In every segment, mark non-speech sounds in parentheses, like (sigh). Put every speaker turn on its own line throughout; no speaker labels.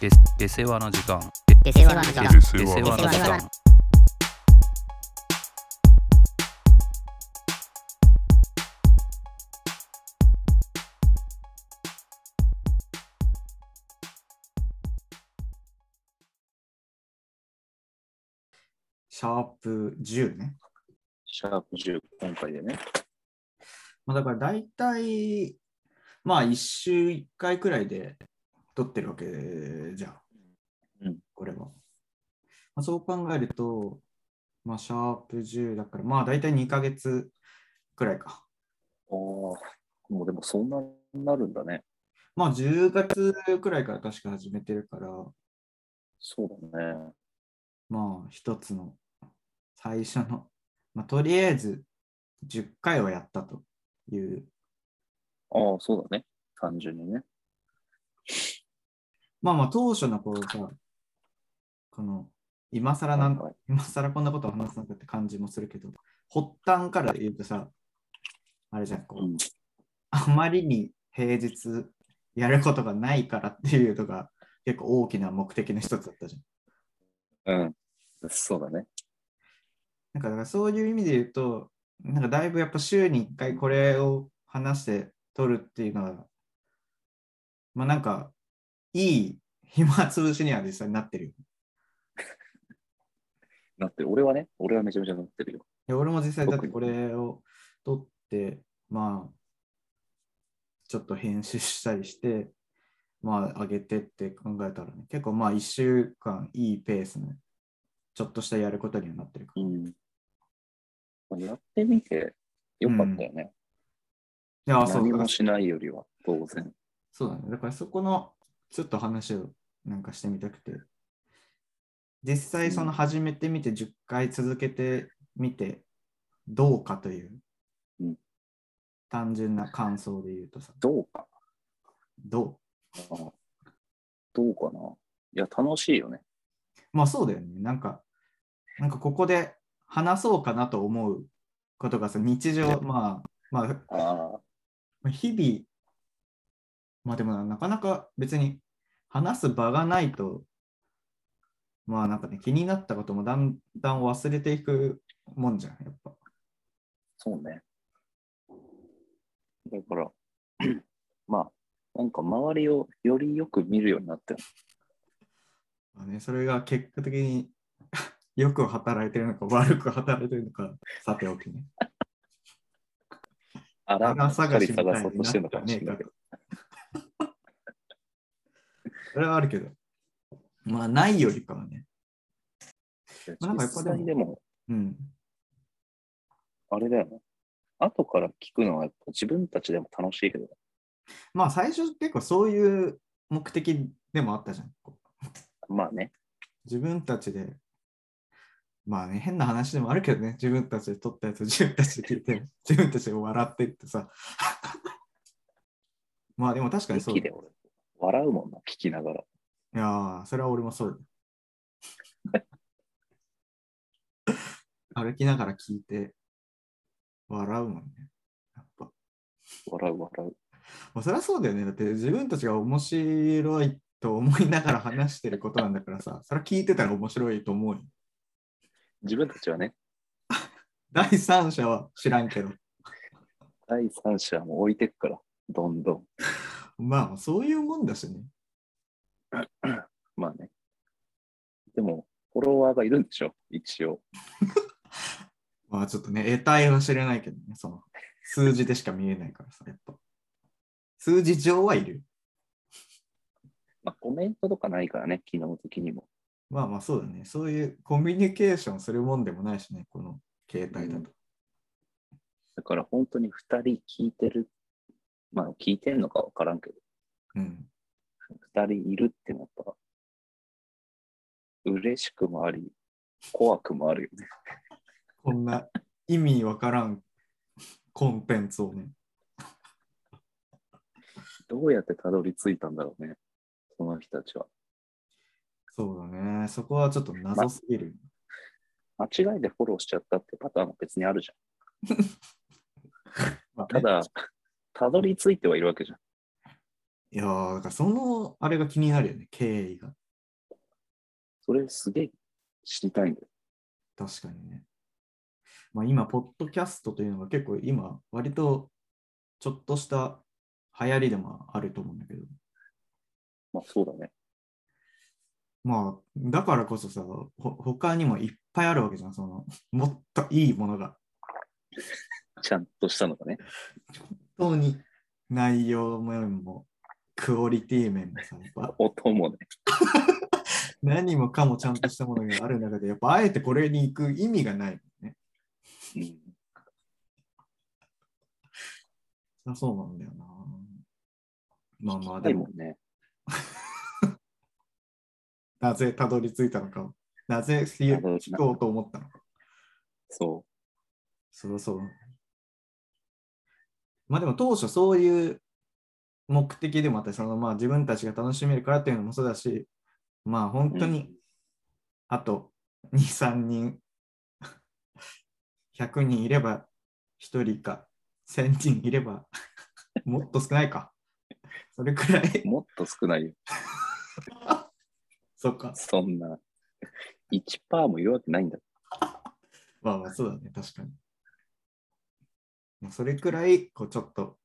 で出世話の時間
出世話の時間
で
出
世
世話の
話
時間
シャープ10ね。
シャープ10、今回でね。
まあ、だから大体、まあ1週1回くらいで撮ってるわけじゃん。
うん
これは。まあ、そう考えると、まあシャープ10だから、まあ大体2ヶ月くらいか。
ああ、もうでもそんなになるんだね。
まあ10月くらいから確か始めてるから、
そうだね。
まあ一つの最初の、まあとりあえず10回をやったという、
ああ、そうだね。単純にね。
まあまあ当初のこうさ、この今更なんか
はいはい
今更こんなことを話すのかって感じもするけど、発端から言うとさ、あれじゃん、こう、
うん
あまりに平日やることがないからっていうのが結構大きな目的の一つだったじ
うん。そうだね。
ゃん。なんかだからそういう意味で言うと、なんかだいぶやっぱ週に1回これを話して撮るっていうのは、まあなんかいい暇つぶしには実際になってるよ。
なって、俺はね、俺はめちゃめちゃなってるよ。
いや俺も実際だっ
特
て
に
これを撮って、まあ、ちょっと編集したりして、まあ、上げてって考えたらね、結構まあ、1週間いいペースの、ちょっとしたやることにはなってるか
うん。やってみてよかったよね。
ら。いや、そう
何
だ
も、しないよりは、当然。
そうだね。だからそこの、ちょっと話をなんかしてみたくて、実際その始めてみて、10回続けてみて、どうかという
うん、
単純な感想で言うとさ、
どうか
どう
な。どうかな。いや、楽しいよね。
まあそうだよね。なんか、なんかここで話そうかなと思うことがさ、日常、まあ、ま
ああ、
あ、日々、まあでもななかなか別に話す場がないと、まあなんかね、気になったこともだんだん忘れていくもんじゃん、やっぱ。
そうね。だから、 (clears throat) まあ、なんか周りをよりよく見るようになったよ
まあね、それが結果的に (laughs) よく働いてるのか悪く働いてるのか、さておきね。
あら、
穴
しっか
探
り
しみたいにな
探そうとしてるのかもしれないけど。
ったねそれはあるけど。まあ、ないよりかはね。まあなんかやっぱ
実
でも
際でも、
うん。
あれだよね。後から聞くのはやっぱ自分たちでも楽しいけど、
まあ、最初結構そういう目的でもあったじゃん。こう
まあね。
自分たちで、まあね、変な話でもあるけどね、自分たちで撮ったやつを自分たちで聞いて、 (laughs) 自分たちで笑ってってさ。 (laughs) まあでも確かにそう
息
だ。
で
い
俺、笑うもんな、聞きながら。
やー、それは俺もそうだ。歩きながら聞いて、笑うもんね。やっぱ。
笑う、笑う。
まあ、そりゃそうだよね。だって自分たちが面白いと思いながら話してることなんだからさ、それは聞いてたら面白いと思うよ。
自分たちはね、
第三者は知らんけど。
第三者も置いてくから、どんどん。
まあ、そういうもんだしね。
まあね。でも、フォロワーがいるんでしょ、一応。
まあ、ちょっとね、得体は知れないけどね、その数字でしか見えないからさ、やっぱ。数字上はいる。
まあ、コメントとかないからね、機能的にも。
まあまあ、そうだね。そういうコミュニケーションするもんでもないしね、この携帯だと。
だから本当に2人聞いてる、まあ聞いてんのかわからんけど、
うん。
2人いるってなったら、嬉しくもあり、怖くもあるよね。
こんな意味わからんコンテンツをね。
どうやってたどり着いたんだろうね、その人たちは。
そうだね。そこはちょっと謎すぎる。
間違いでフォローしちゃったってパターンも別にあるじ
まあ
ゃん。ただ、たどり着いてはいるわけじゃん。
いやー、だからその、あれが気になるよね、経緯が。
それすげえ知りたいんだよ。
確かにね。まあ今、ポッドキャストというのが結構今、割とちょっとした流行りでもあると思うんだけど、
まあそうだね。
まあ、だからこそさ、ほ他にもいっぱいあるわけじゃん、その、もっといいものが。
ちゃんとしたのがね。
本当に内容面も、クオリティ面もさ、やっぱ
音もね。
何もかもちゃんとしたものがある中で、やっぱあえてこれに行く意味がないもんね。
うん、
そりゃそうなんだよな。まあまあ、
で
でも
も、ね、
なぜたどり着いたのか、なぜ
たどり着い
聞
た
こうと思ったのか。
そ
そりゃそう。まあでも当初そういう目的でもあったしそのまあ自分たちが楽しめるからっていうのもそうだし、まあ本当
う。、
にあと2、3人、100人いれば1人か、1000人いればもっと少ないか。それくらいう
もっと少ないよ。
そっか。
そんな。1%もいるわけないんだ。
まあまあそうだね、確かに。まあそれくらい、こうちょっと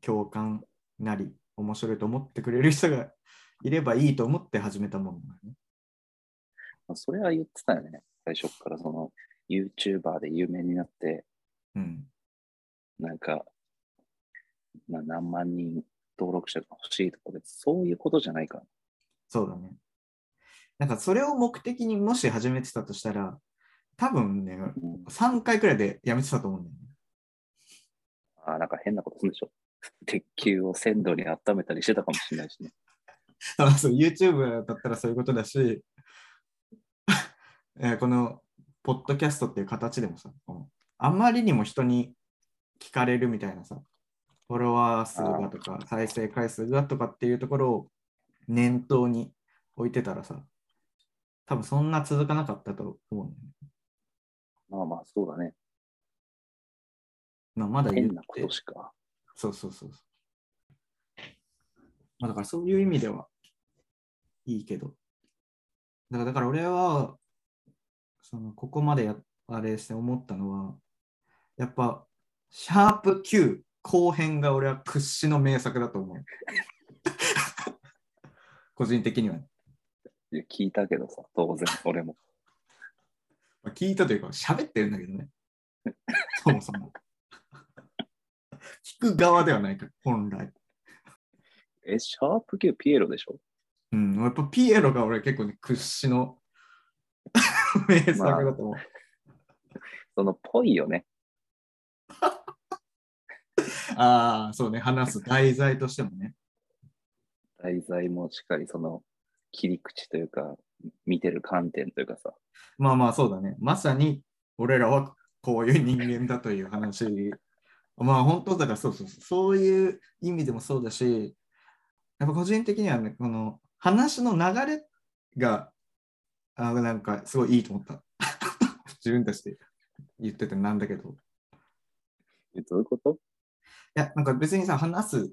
共感なり、面白いと思ってくれる人が (laughs) いればいいと思って始めたものだよね。
まあそれは言ってたよね。最初っからその YouTuber で有名になって、
うん。
なんか、まあ、何万人登録者が欲しいとかで、そういうことじゃないから。
そうだね。なんかそれを目的にもし始めてたとしたら、多分ね、
うん
3回くらいでやめてたと思うんだよね。
あーなんか変なことするんでしょ。鉄球を鮮度に温めたりしてたかもしれないしね。
だからそう YouTube だったらそういうことだし、 (laughs) えーこのポッドキャストっていう形でもさ、このあまりにも人に聞かれるみたいなさ、フォロワー数がとか再生回数がとかっていうところを念頭に置いてたらさ、多分そんな続かなかったと思うんだよね。
まあまあ、そうだね。
まあ、まだ言っ
変なこ
て
と、しか。
そうそうそうそう。まあ、だからそういう意味ではいいけど。だからだから俺は、そのここまでやあれして思ったのは、やっぱ、シャープ Q 後編が俺は屈指の名作だと思う。 (laughs) 個人的には、ね。
いや聞いたけどさ、当然、俺も。
まあ聞いたというか、喋ってるんだけどね。 (laughs) そもそも。聞く側ではないから、本来。
え、シャープ Q ピエロでしょ
うん、やっぱピエロが俺結構ね、屈指の (laughs) 名作だと思う。
その、ぽいよね。
ああ、そうね、話す題材としてもね。
題材もしっかり、その、切り口というか、見てる観点というかさ。
まあまあそうだね。まさに俺らはこういう人間だという話。まあ本当だからそうそうそう。そういう意味でもそうだし、やっぱ個人的にはね、この話の流れが、あなんかすごいいいと思った。 (laughs) 自分たちで言っててなんだけど。
えどういうこと
いや、なんか別にさ、話す、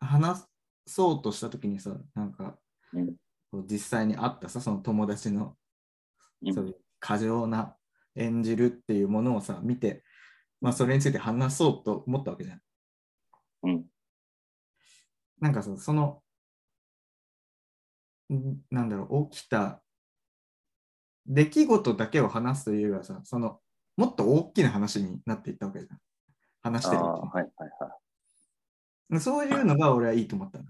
話そうとしたときにさ、なんか、
うん
こう実際にあったさ、その友達の、
うん
そういう過剰な演じるっていうものをさ、見て、まあ、それについて話そうと思ったわけじゃん。
うん。
なんかさ、その、んなんだろう、起きた出来事だけを話すというよりはさ、その、もっと大きな話になっていったわけじゃん。話
あ
してるうち
あ、はいはいはい。
にそういうのが俺はいいと思ったの。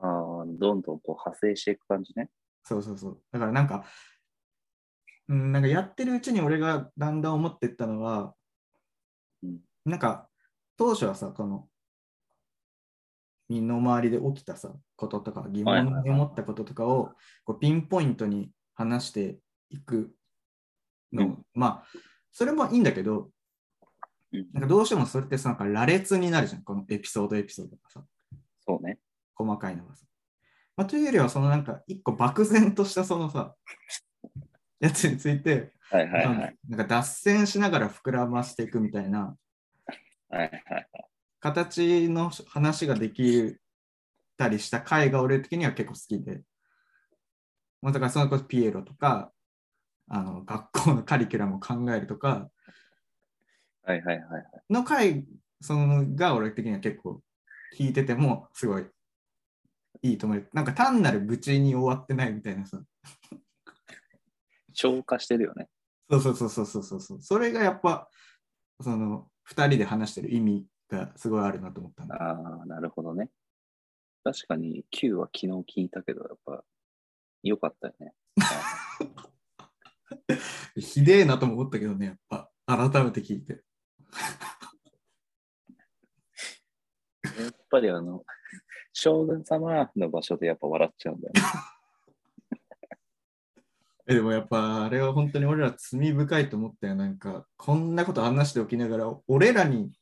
ああ、どんどんこう派生していく感じね。
そうそうそう。だからなんか、うん、なんかやってるうちに俺がだんだん思ってったのは、
うん
なんか当初はさ、この身の回りで起きたさ、こととか疑
はいはい
問
はい
に思ったこととかをこうピンポイントに話していくの、
うん
まあ、それもいいんだけど、
うん
なんかどうしてもそれってさ、なんか羅列になるじゃん、このエピソードエピソードがさ。
そうね。
細かいのがさ。まあ、というよりは、そのなんか、一個漠然としたそのさ、 (laughs) やつについて、
はいはいはい。
なんか脱線しながら膨らましていくみたいな
はいはい。
形の話ができるたりした回が俺的には結構好きで、まあ、だからそのこそピエロとか、あの学校のカリキュラムを考えるとか
はいはいはい。
の回そのが俺的には結構聞いててもすごいいいと思う。なんか単なる愚痴に終わってないみたいなさ。
消化してるよね。
そうそうそうそうそうそうそう。それがやっぱその2人で話してる意味がすごいあるなと思ったんだ。
ああ、なるほどね。確かに Q は昨日聞いたけど、やっぱ良かったよね。
ひでえなとも思ったけどね、やっぱ改めて聞いて。
(laughs) やっぱりあの、将軍様の場所でやっぱ笑っちゃうんだよね。
えでもやっぱあれは本当に俺ら罪深いと思ったよ。なんかこんなこと話しておきながら俺らに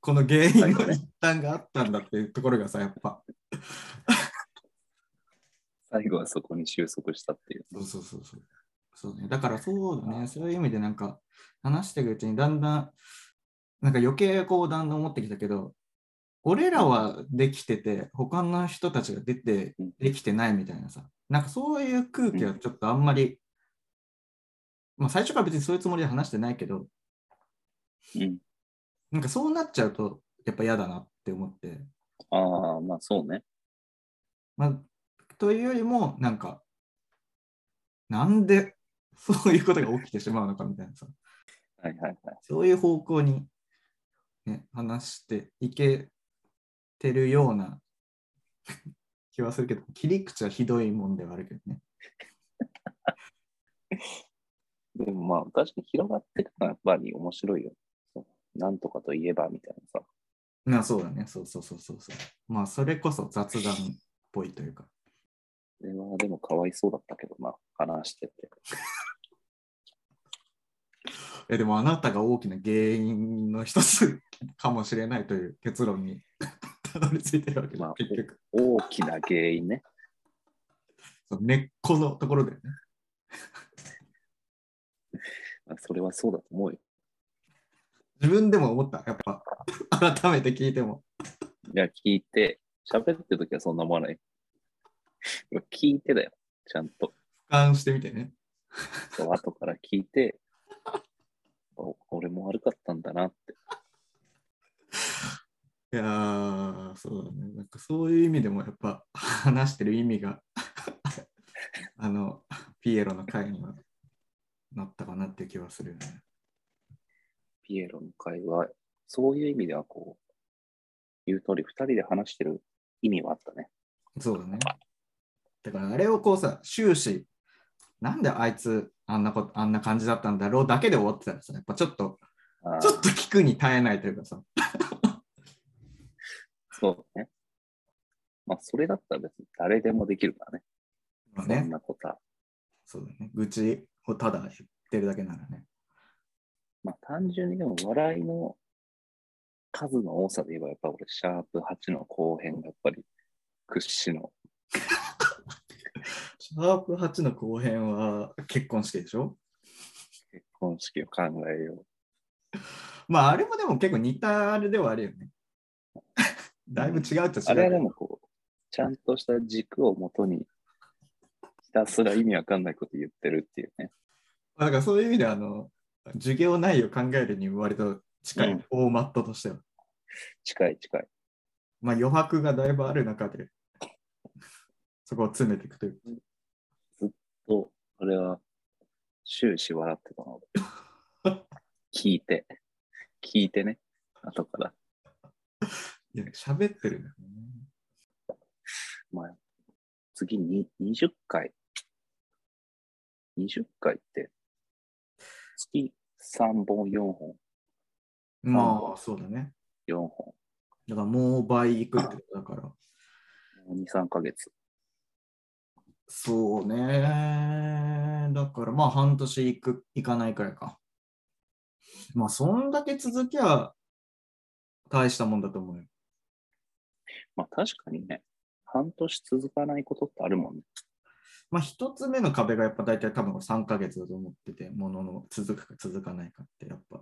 この原因の一端があったんだっていうところがさやっぱ。
最後はそこに収束したっていう。
そうそうそうそう。そうね、だからそうだね、そういう意味でなんか話していくうちにだんだんなんか余計こうだんだん思ってきたけど俺らはできてて他の人たちが出て
うん
できてないみたいなさなんかそういう空気はちょっとあんまり、まあ最初から別にそういうつもりで話してないけど
うん、
なんかそうなっちゃうとやっぱ嫌だなって思って、
ああ、まあそうね。
まあ、というよりもなんかなんで (laughs) そういうことが起きてしまうのかみたいなさ
はいはいはい。
そういう方向に、ね、話していけてるような (laughs) 気はするけど、切り口はひどいもんではあるけどね。
でもまあ確かに広がってるのはやっぱり面白いよ。そうなんとかといえばみたいなさ。
なそうだね、そうそうそうそうそう。まあ、それこそ雑談っぽいというか。
それはでもかわいそうだったけどな、話してて。
えでも、あなたが大きな原因の一つ (laughs) かもしれないという結論に (laughs) たどり着いてるわけだ、
まあ
結局。
大きな原因ね。
その根っこのところだよね。
まあそれはそうだと思うよ。
自分でも思った、やっぱ。 (laughs) 改めて聞いても。
いや、聞いて、喋ってるときはそんなもんない。聞いてだよ、ちゃんと。
俯瞰してみてね。
そう後から聞いて、お俺も悪かったんだなって。
いやー、そうだね。なんかそういう意味でもやっぱ話してる意味が (laughs) あのピエロの回にはなったかなっていう気はするよね。
ピエロの会は、そういう意味ではこう、言う通り、二人で話してる意味はあったね。
そうだね。だからあれをこうさ、終始、なんであいつあんなこと、あんな感じだったんだろうだけで終わってたらさ、やっぱちょっと、
あー
ちょっと聞くに耐えないというかさ、
そうね。まあ、それだったら別に誰でもできるからね。
まあ
そ
ね
ん、なことは。
そうだね。愚痴をただ言ってるだけならね。
まあ、単純にでも笑いの数の多さで言えば、やっぱ俺、シャープ8の後編がやっぱり屈指の
シャープ8の後編は結婚式でしょ
結婚式を考えよう。
まあ、あれもでも結構似たあれではあるよね。 (laughs) だいぶ違うと違う。
あれはでもこう、ちゃんとした軸をもとに、ひたすら意味わかんないこと言ってるっていうね。
なんかそういう意味ではあの、授業内容考えるに割と近い、
うん
フォーマットとしては。
近い近い。
まあ余白がだいぶある中で、そこを詰めていくという。
と、あれは終始笑ってたので。聞いて、聞いてね、後から。
いや、喋ってるんだよね。
まあ、次に20回。20回って、月3本、4本、
まあ、そうだね。
4本、
だからもう倍いくってことだから。
2、3ヶ月。
そうね。だからまあ半年いく、いかないくらいか。まあそんだけ続きは大したもんだと思うよ。
まあ確かにね、半年続かないことってあるもんね。
まあ、一つ目の壁がやっぱ大体多分3ヶ月だと思ってて、ものの続くか続かないかってやっぱ。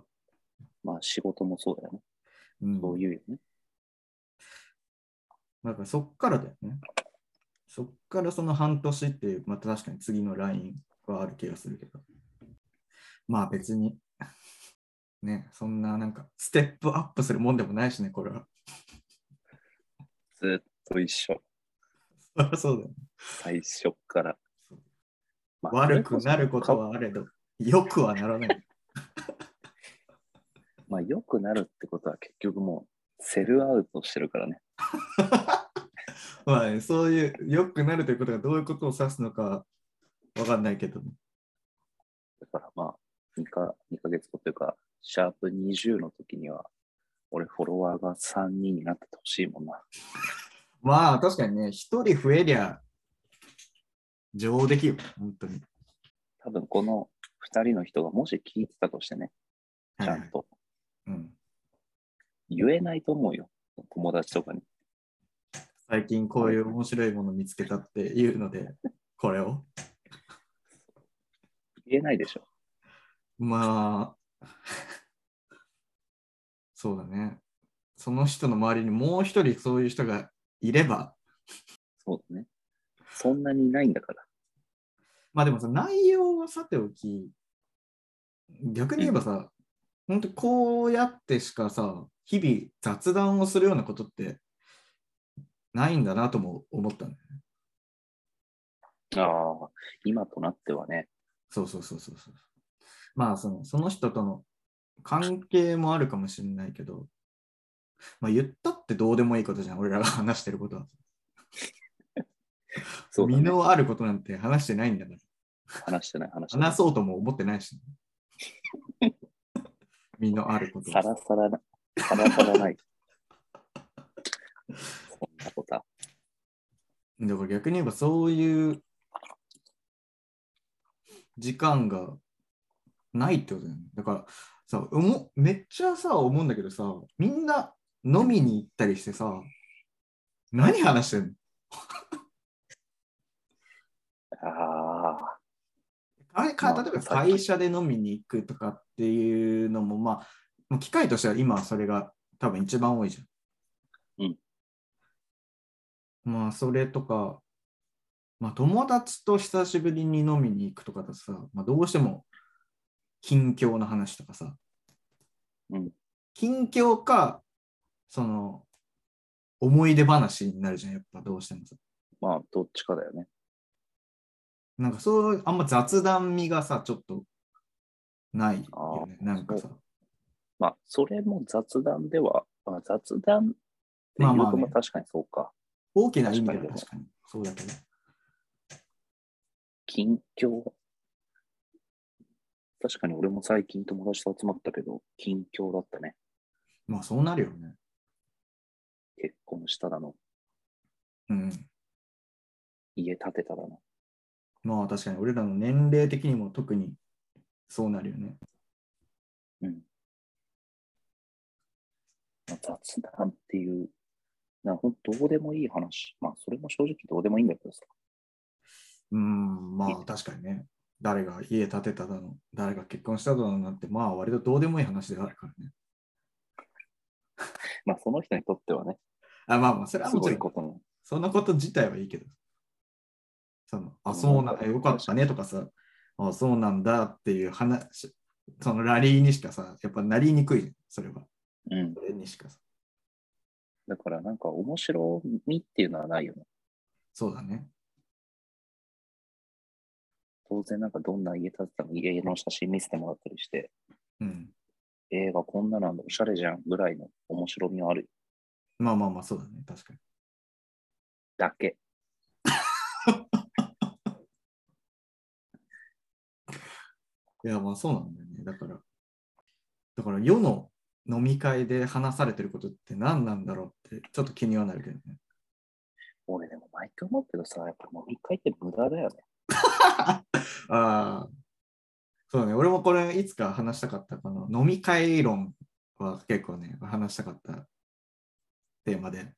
まあ仕事もそうだよね。
うん
そういうよね。
だからそっからだよね。そっからその半年っていう、また確かに次のラインはある気がするけど。まあ別に、ね、そんななんかステップアップするもんでもないしね、これは。
ずっと一緒。
そりゃ (laughs) そうだよね。
最初っから。まあ
悪くなること。はあれど、良くはならない。 (laughs)
まあ、良くなるってことは結局もう、セルアウトしてるからね。
まあね、そういう良くなるということがどういうことを指すのかわかんないけどね。
だからまあ、2か二ヶ月後というか、シャープ20の時には、俺フォロワーが3人になっててほしいもんな。
まあ確かにね、一人増えりゃ、上出来よ、本当に。
多分この2人の人がもし聞いてたとしてね、ちゃ
はいは
ん
い
と
うん、
言えないと思うよ。友達とかに。
最近こういう面白いもの見つけたっていうの
(laughs)
で、これを。
言えないでしょ。
まあ、そうだね。その人の周りにもう一人そういう人がいれば、
そうだね。そんなにいないんだから。
まあでもさ、内容はさておき、逆に言えばさ、本当こうやってしかさ、日々雑談をするようなことってないんだなとも思ったね。
ああ、今となってはね。
そうそうそうそうそう。まあその、その人との関係もあるかもしれないけど、まあ言ったってどうでもいいことじゃん、俺らが (laughs) 話してることは。
そうだ
身
ね。
のあることなんて話してないんだから。
話してない話してない
話そうとも思ってないし、身のあることを
さらさらな、さらさらない。 (laughs) そんなことは
だから逆に言えばそういう時間がないってことだよね。だからさ、おもめっちゃさ、思うんだけどさ、みんな飲みに行ったりしてさ、何話してんの
ああ、
あれか
まあ
例えば
さっき
会社で飲みに行くとかっていうのも、まあ、もう機会としては今それが多分一番多いじゃん。
うん。
まあ、それとか、まあ、友達と久しぶりに飲みに行くとかだとさ、まあ、どうしても近況の話とかさ、
うん。
近況か、その、思い出話になるじゃん、やっぱどうしてもさ。
まあ、どっちかだよね。
なんかそう、あんま雑談味がさ、ちょっとないよね。
あー
なんかさ。
まあ、それも雑談では、まあ、雑談って
ま
言
あ
う
まあ
と、
ね
まあ確かにそうか。
大きな意味では
確かに
確かに。そうだけど。
近況。確かに俺も最近友達と集まったけど、近況だったね。
まあそうなるよね。
結婚しただの、
うん。
家建てただの。
まあ確かに俺らの年齢的にも特にそうなるよね。
うん。まあ雑談っていう、なほんとどうでもいい話。まあ、それも正直どうでもいいんだけどさ。
うん、まあ確かにね。誰が家建てただの、誰が結婚しただのなんて、まあ割とどうでもいい話ではあるからね。
まあ、その人にとってはね、
あ、まあまあ、それは
す
もち
ご
ろ
い
ん、
ことも。
そんなこと自体はいいけど。そのあ、
うん
そうなんだ、よかったねとかさ、あ、そうなんだっていう話、そのラリーにしかさ、やっぱなりにくいじゃん、それは。
うん
そ。れにしかさ。
だから、なんか、面白みっていうのはないよね。
そうだね。
当然、なんか、どんな家建てたの家の写真見せてもらったりして、
うん。
映画こんななんだ、おしゃれじゃんぐらいの面白みはあるよ
まあまあまあ、そうだね、確かに。
だけ。
いや、まあそうなんだよね。だから、だから世の飲み会で話されてることって何なんだろうって、ちょっと気にはなるけどね。
俺、でも、毎回思うけどさ、やっぱ飲み会って無駄だよね。
ああ、そうだね。俺もこれ、いつか話したかった、この飲み会論は結構ね、話したかったテーマで。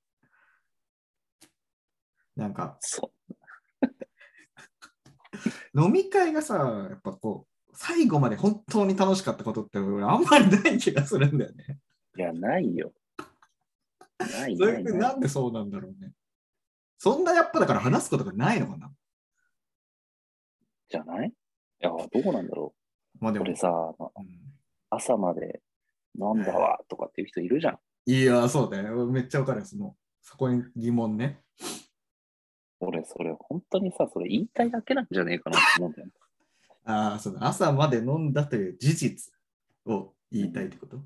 なんか、
そ
飲み会がさ、やっぱこう、最後まで本当に楽しかったことって、俺、あんまりない気がするんだよね。
う。いや、ないよ。ない
そ
な
れ
い
な
ない
んでそうなんだろうね。そんなやっぱだから話すことがないのかな
じゃないいや、どうなんだろ
まあ
う。
でも
これ、さ、まあ
うん
朝まで飲んだわとかっていう人いるじゃん。
いや、そうだよ。めっちゃわかるよ。その、そこに疑問ね。
俺、それ、本当にさ、それ言いたいだけなんじゃねえかなって思うんだよね。
ああ、その朝まで飲んだという事実を言いたいってこと、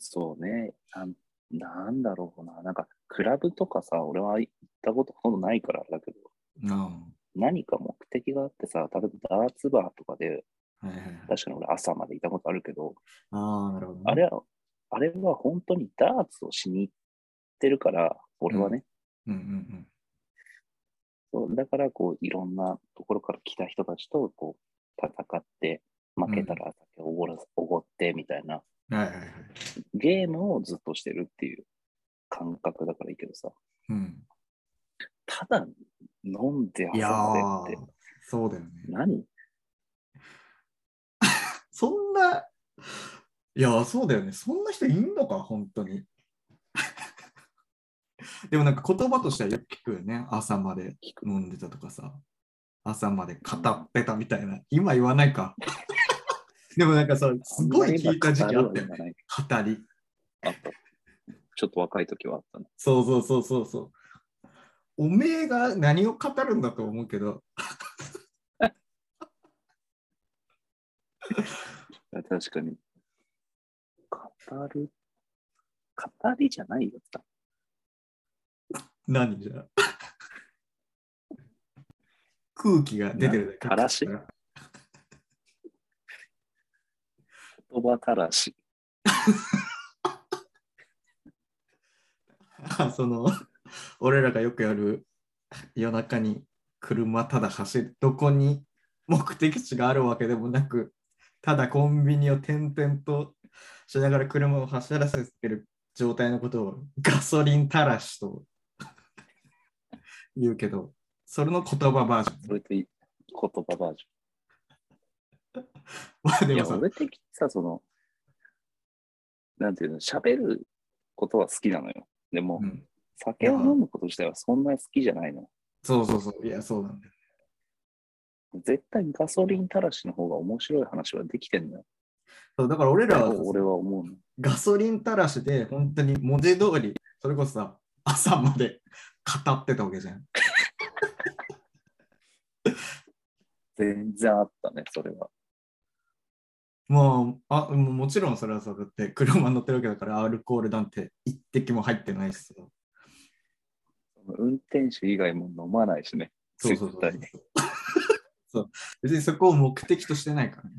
そうね。なんなんだろうな。なんか、クラブとかさ、俺は行ったことほとんどないからあれだけど、
うん、
何か目的があってさ、例えばダーツバーとかで、
はいはいはい。
確かに俺朝までいたことあるけど、
ああ、なるほどね、
あれは、あれは本当にダーツをしに行ってるから、俺はね、
うんうん
そうだからこういろんなところから来た人たちとこう戦って、負けたら酒をおごらおごってみたいな、
うん。はいはいはい。
ゲームをずっとしてるっていう感覚だからいいけどさ、
うん、
ただ飲んで遊ん
い
で
やー
って、
そうだよね。
何
そんな、いや、そうだよね。そんな人いんのか、本当に。 (laughs) でもなんか言葉としてはよく聞くよね。朝まで
聞く
飲んでたとかさ。朝まで語ってたみたいな。今言わないか。 (laughs) でもなんかさ、すごい聞いた時期あったよね。
ね。
語り。
あった。ちょっと若い時はあったね。
そうそうそうそうそう。おめえが何を語るんだと思うけど、
いや確かに。語る語りじゃないよ。
何じゃあ (laughs) 空気が出てるだけ。
な垂らし言葉たらし。
あ (laughs) その俺らがよくやる夜中に車ただ走るどこに目的地があるわけでもなくただコンビニを転々としながら車を走らせてる状態のことをガソリンたらしと (laughs) 言うけどそれの言葉バージョン
それとい言葉バージ
まあ
ョン。
で
いや、
もさ
俺的にさ、その、なんていうの、喋ることは好きなのよ。でも、
うん
酒を飲むこと自体はそんなに好きじゃないの。
そうそうそういやそうなんだよ
絶対ガソリンたらしの方が面白い話はできてんのよ。
そうだから俺らはさ
俺は思うの。
ガソリンたらしで、本当に文字通り、それこそさ、朝まで語ってたわけじゃん。
全然あったね、それは。
もう、あもうもちろんそれはさ、だって車乗ってるわけだから、アルコールなんて一滴も入ってないしさ。
運転手以外も飲まないしね。
そうそうそう
絶対。
そう別にそこを目的としてないからね。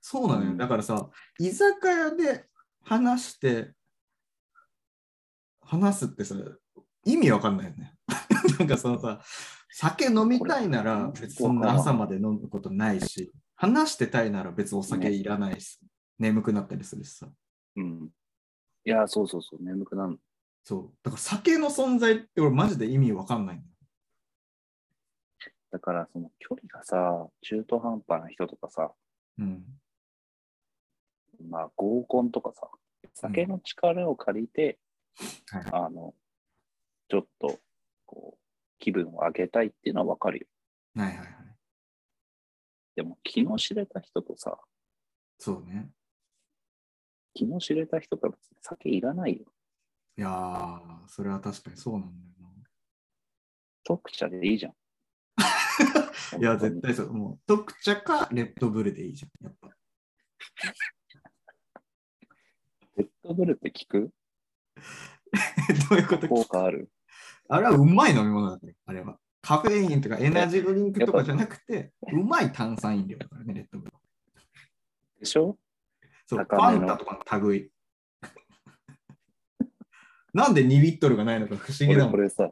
そうなの
う
よ。
ん
だからさ、居酒屋で話して、話すってさ、意味わかんないよね。 (laughs) なんかそのさ、酒飲みたいなら
これ
別にそんな朝まで飲むことないし、話してたいなら別にお酒いらないし、眠くなったりするしさ。
うん。いや、そうそうそう、眠くなる。
そう。だから酒の存在って俺マジで意味わかんないんだよ。
だから、その距離がさ、中途半端な人とかさ、
うん。
まあ、合コンとかさ、酒の力を借りて、
はいはい
あの、ちょっと、こう、気分を上げたいっていうのはわかるよ。
はいはいはい。
でも、気の知れた人とさ、
そうね。
気の知れた人とは別に酒いらないよ。
いやー、それは確かにそうなんだよ。
特茶でいいじゃん
(laughs) な。いや、絶対そう。もう、特茶かレッドブルでいいじゃん。や (laughs) っぱ。
レッドブルって聞く
どういうこと
効果ある
あれはうまい飲み物だね。あれは。カフェインとかエナジードリンクとかじゃなくて、うまい炭酸飲料だからね、レッドブル。
でしょ
そう、フ
高
ァ
めの
ンタとかの類 (laughs) い。なんで2リットルがないのか不思議だ
俺
も
こ
ん。
れ
(laughs)
さ。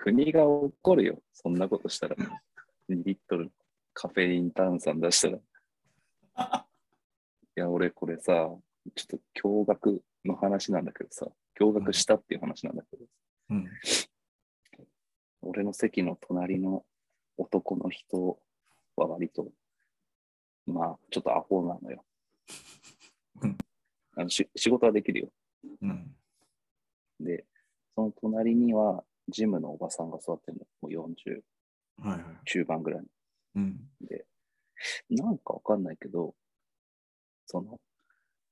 国が怒るよ。そんなことしたら。2リットルカフェイン炭酸出したら。いや、俺これさ、ちょっと驚愕の話なんだけどさ、驚愕したっていう話なんだけど、
(laughs) うん、
俺の席の隣の男の人は割と、まあ、ちょっとアホなのよ。あのし仕事はできるよ。
うん。
で、その隣には、ジムのおばさんが座ってるの。もう40
はいはい。
中盤ぐらいの。
うん。
なんかわかんないけど、その、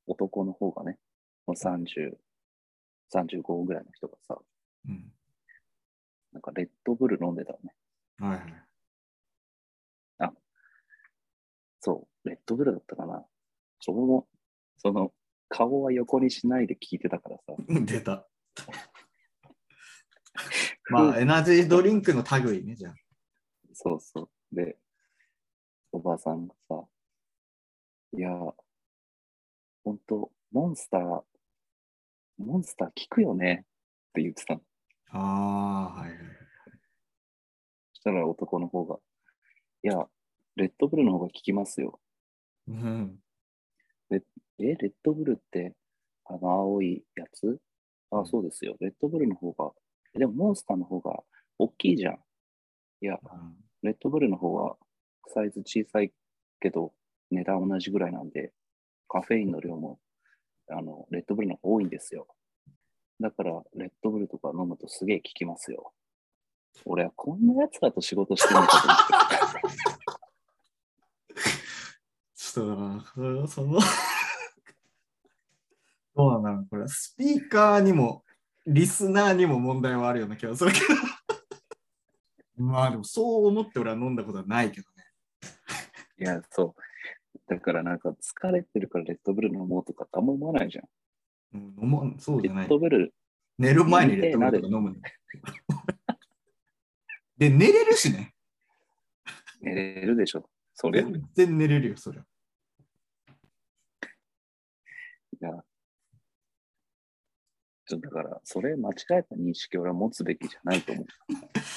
男の方がね、もう30、35ぐらいの人がさ、
うん。
なんかレッドブル飲んでたのね。
はいはい。
そう、レッドブルだったかな。そこも、その、顔は横にしないで聞いてたからさ。
出
(laughs)
た。まあ、エナジードリンクの類ね、じゃあ。
そうそう。で、おばあさんがさ、いや、ほんと、モンスター、モンスター効くよねって言ってたの。
ああ、はいはい。
そしたら男の方が、いや、レッドブルの方が効きますよ。
うん。
え、レッドブルって、あの、青いやつあ、そうですよ。レッドブルの方が、でもモンスターの方が大きいじゃん。いや、レッドブルの方はサイズ小さいけど値段同じぐらいなんで、カフェインの量もあのレッドブルの方が多いんですよ。だから、レッドブルとか飲むとすげえ効きますよ。俺はこんなやつらと仕事してるのかと思って。
ちょっとな、それはその。どうなんだろう、これ。スピーカーにも、リスナーにも問題はあるような気がするけど。 (laughs) まあでも、そう思って俺は飲んだことはないけどね。 (laughs)
いや、そう。だからなんか疲れてるからレッドブル飲もうとかってあんま思わないじゃん。
うん、飲まんそう
レ
じゃな
ッ
い
ド。ブル、
寝る前にレッドブルとか飲む
(laughs)
ね。で、寝れるしね。
寝れるでしょ。それ、
全然寝れるよ、そりゃ。
ちょだから、それ間違えた認識を俺は持つべきじゃないと思う。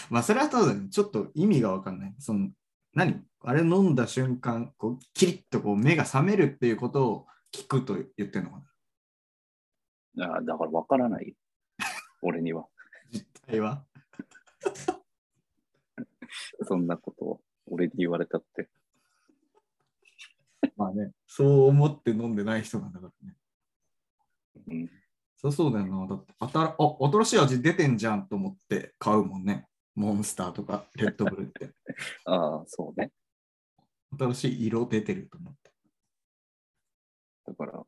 まあ、それはそうだね。ちょっと意味がわかんない。その、何あれ飲んだ瞬間、こう、キリッとこう目が覚めるっていうことを聞くと言ってるのかな。
あーだから分からないよ。 (laughs) 俺には。
実態は。
そんなことを俺に言われたって。
まあね、そう思って飲んでない人なんだからね。
うん、
そうそうだよな。だって、あたらあ新しい味出てんじゃんと思って買うもんね。モンスターとかレッドブルって。
ああ、そうね。
新しい色出てると思って。
だから、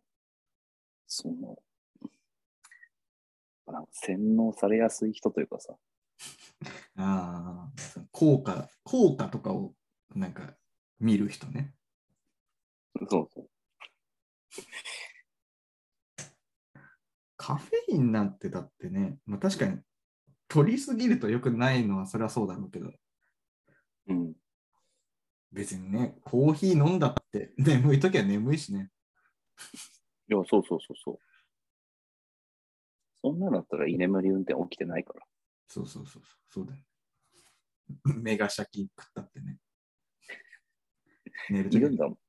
その、なんか洗脳されやすい人というかさ、
ああ、その効果、効果とかをなんか見る人ね。
そうそう。
カフェインなんてだってね、まあ、確かに取りすぎると良くないのはそれはそうだろうけど、
うん、
別にね、コーヒー飲んだって眠い時は眠いしね。
いや、そうそうそうそう。そんなだったら居眠り運転起きてないから。
そうそうそうそう、そうだよ。メガシャキ食ったってね。寝る時
いるんだもん。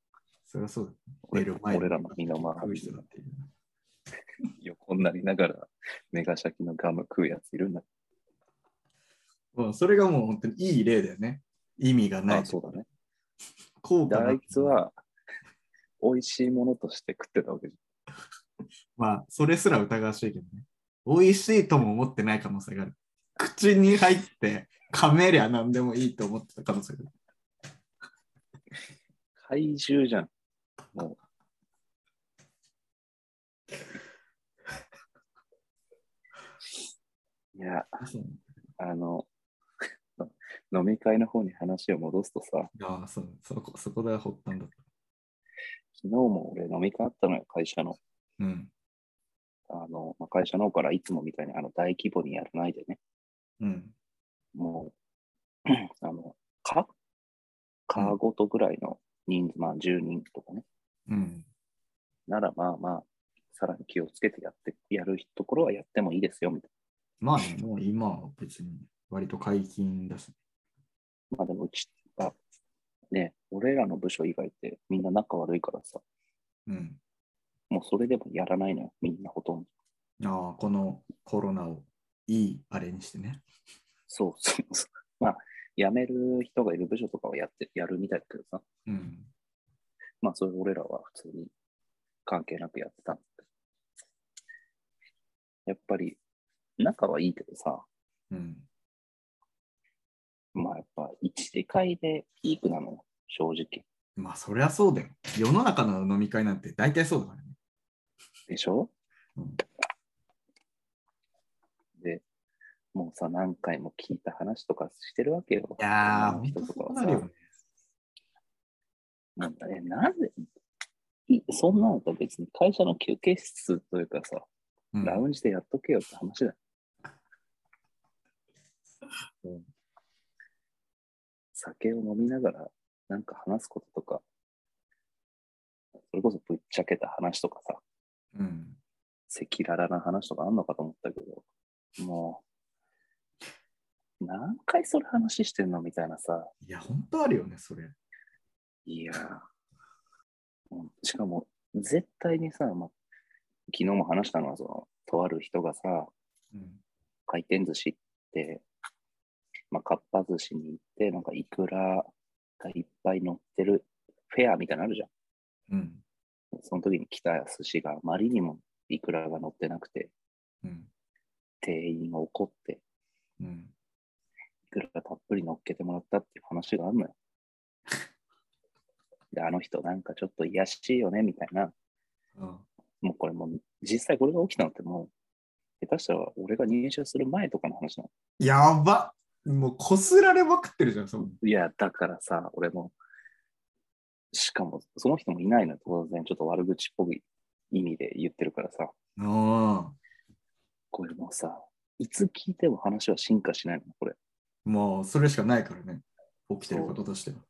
そりゃそうだよ。
俺
寝る前に
俺らの身の
食
回
う
り
人だ
に
っている。
横になりながら、メガシャキのガム食うやついるんだ。
まあそれがもう本当にいい例だよね。意味がない。
あそうだね。
効
で
果が
あいつ。は、美味しいものとして食ってたわけじ
まあ、それすら疑わしいけどね。美味しいとも思ってない可能性がある。口に入って噛めりゃ何でもいいと思ってた可能性がある。
ゃん。怪獣じゃん。もう。 (laughs) いや、あの、 (laughs) 飲み会の方に話を戻すとさ、
ああ、そう、そこ、そこで掘ったんだ。
昨日も俺飲み会あったのよ、会社の。
うん。
あの、まあ、会社の方からいつもみたいにあの大規模にやらないでね、
うん。
もう、 (clears throat) あの、かかごとぐらいの人数、まあ10人とかね、
うん。
ならまあまあ、さらに気をつけてやって、やるところはやってもいいですよ、みたい
まあね、もう今は別に割と解禁だし。
な。まあでもうちは、ね、俺らの部署以外ってみんな仲悪いからさ、
うん。
もうそれでもやらないのよ、みんなほとんど。
ああ、このコロナをいいあれにしてね。
そうそうそう。まあ、辞める人がいる部署とかはやって、やるみたいだけどさ、
うん。
まあ、それ俺らは普通に関係なくやってたんだけどやっぱり、仲はいいけどさ、
うん。
まあやっぱ一次会でピークなのよ、正直。
まあ、そりゃそうだよ。世の中の飲み会なんて大体そうだからね。
でしょ
うん
で、もうさ、何回も聞いた話とかしてるわけよ。
いやー、
女
本
の人
当
とか
そう
は
なるよ
さ
ね。
なんだね、なぜ、いそんなのと別に会社の休憩室というかさ、
うん
ラウンジでやっとけよって話だよ。
うん
酒を飲みながら、なんか話すこととか、それこそぶっちゃけた話とかさ、
うん
赤裸々な話とかあんのかと思ったけど、もう、何回それ話してんのみたいなさ、
いや、本当あるよね、それ。
いやーうんしかも、絶対にさ、まあ、昨日も話したのは、その、とある人がさ、
うん。
回転寿司って、まあ、かっぱ寿司に行って、なんか、いくらがいっぱい乗ってるフェアみたいなのあるじゃん。
うん。
その時に来た寿司があまりにもいくらが乗ってなくて、
うん。
店員が怒って、
うん。
いくらがたっぷり乗っけてもらったっていう話があるのよ。 (laughs) で、あの人なんかちょっと癒やしいよね、みたいな。
うん
もうこれもう、実際これが起きたのってもう、下手したら俺が入社する前とかの話なの。
やばもうこすられまくってるじゃん、その
いや、だからさ、俺も、しかも、その人もいないのよ、当然、ちょっと悪口っぽい意味で言ってるからさ、
ああ、
これもうさ、いつ聞いても話は進化しないの、これ。
もうそれしかないからね、起きてることとしては。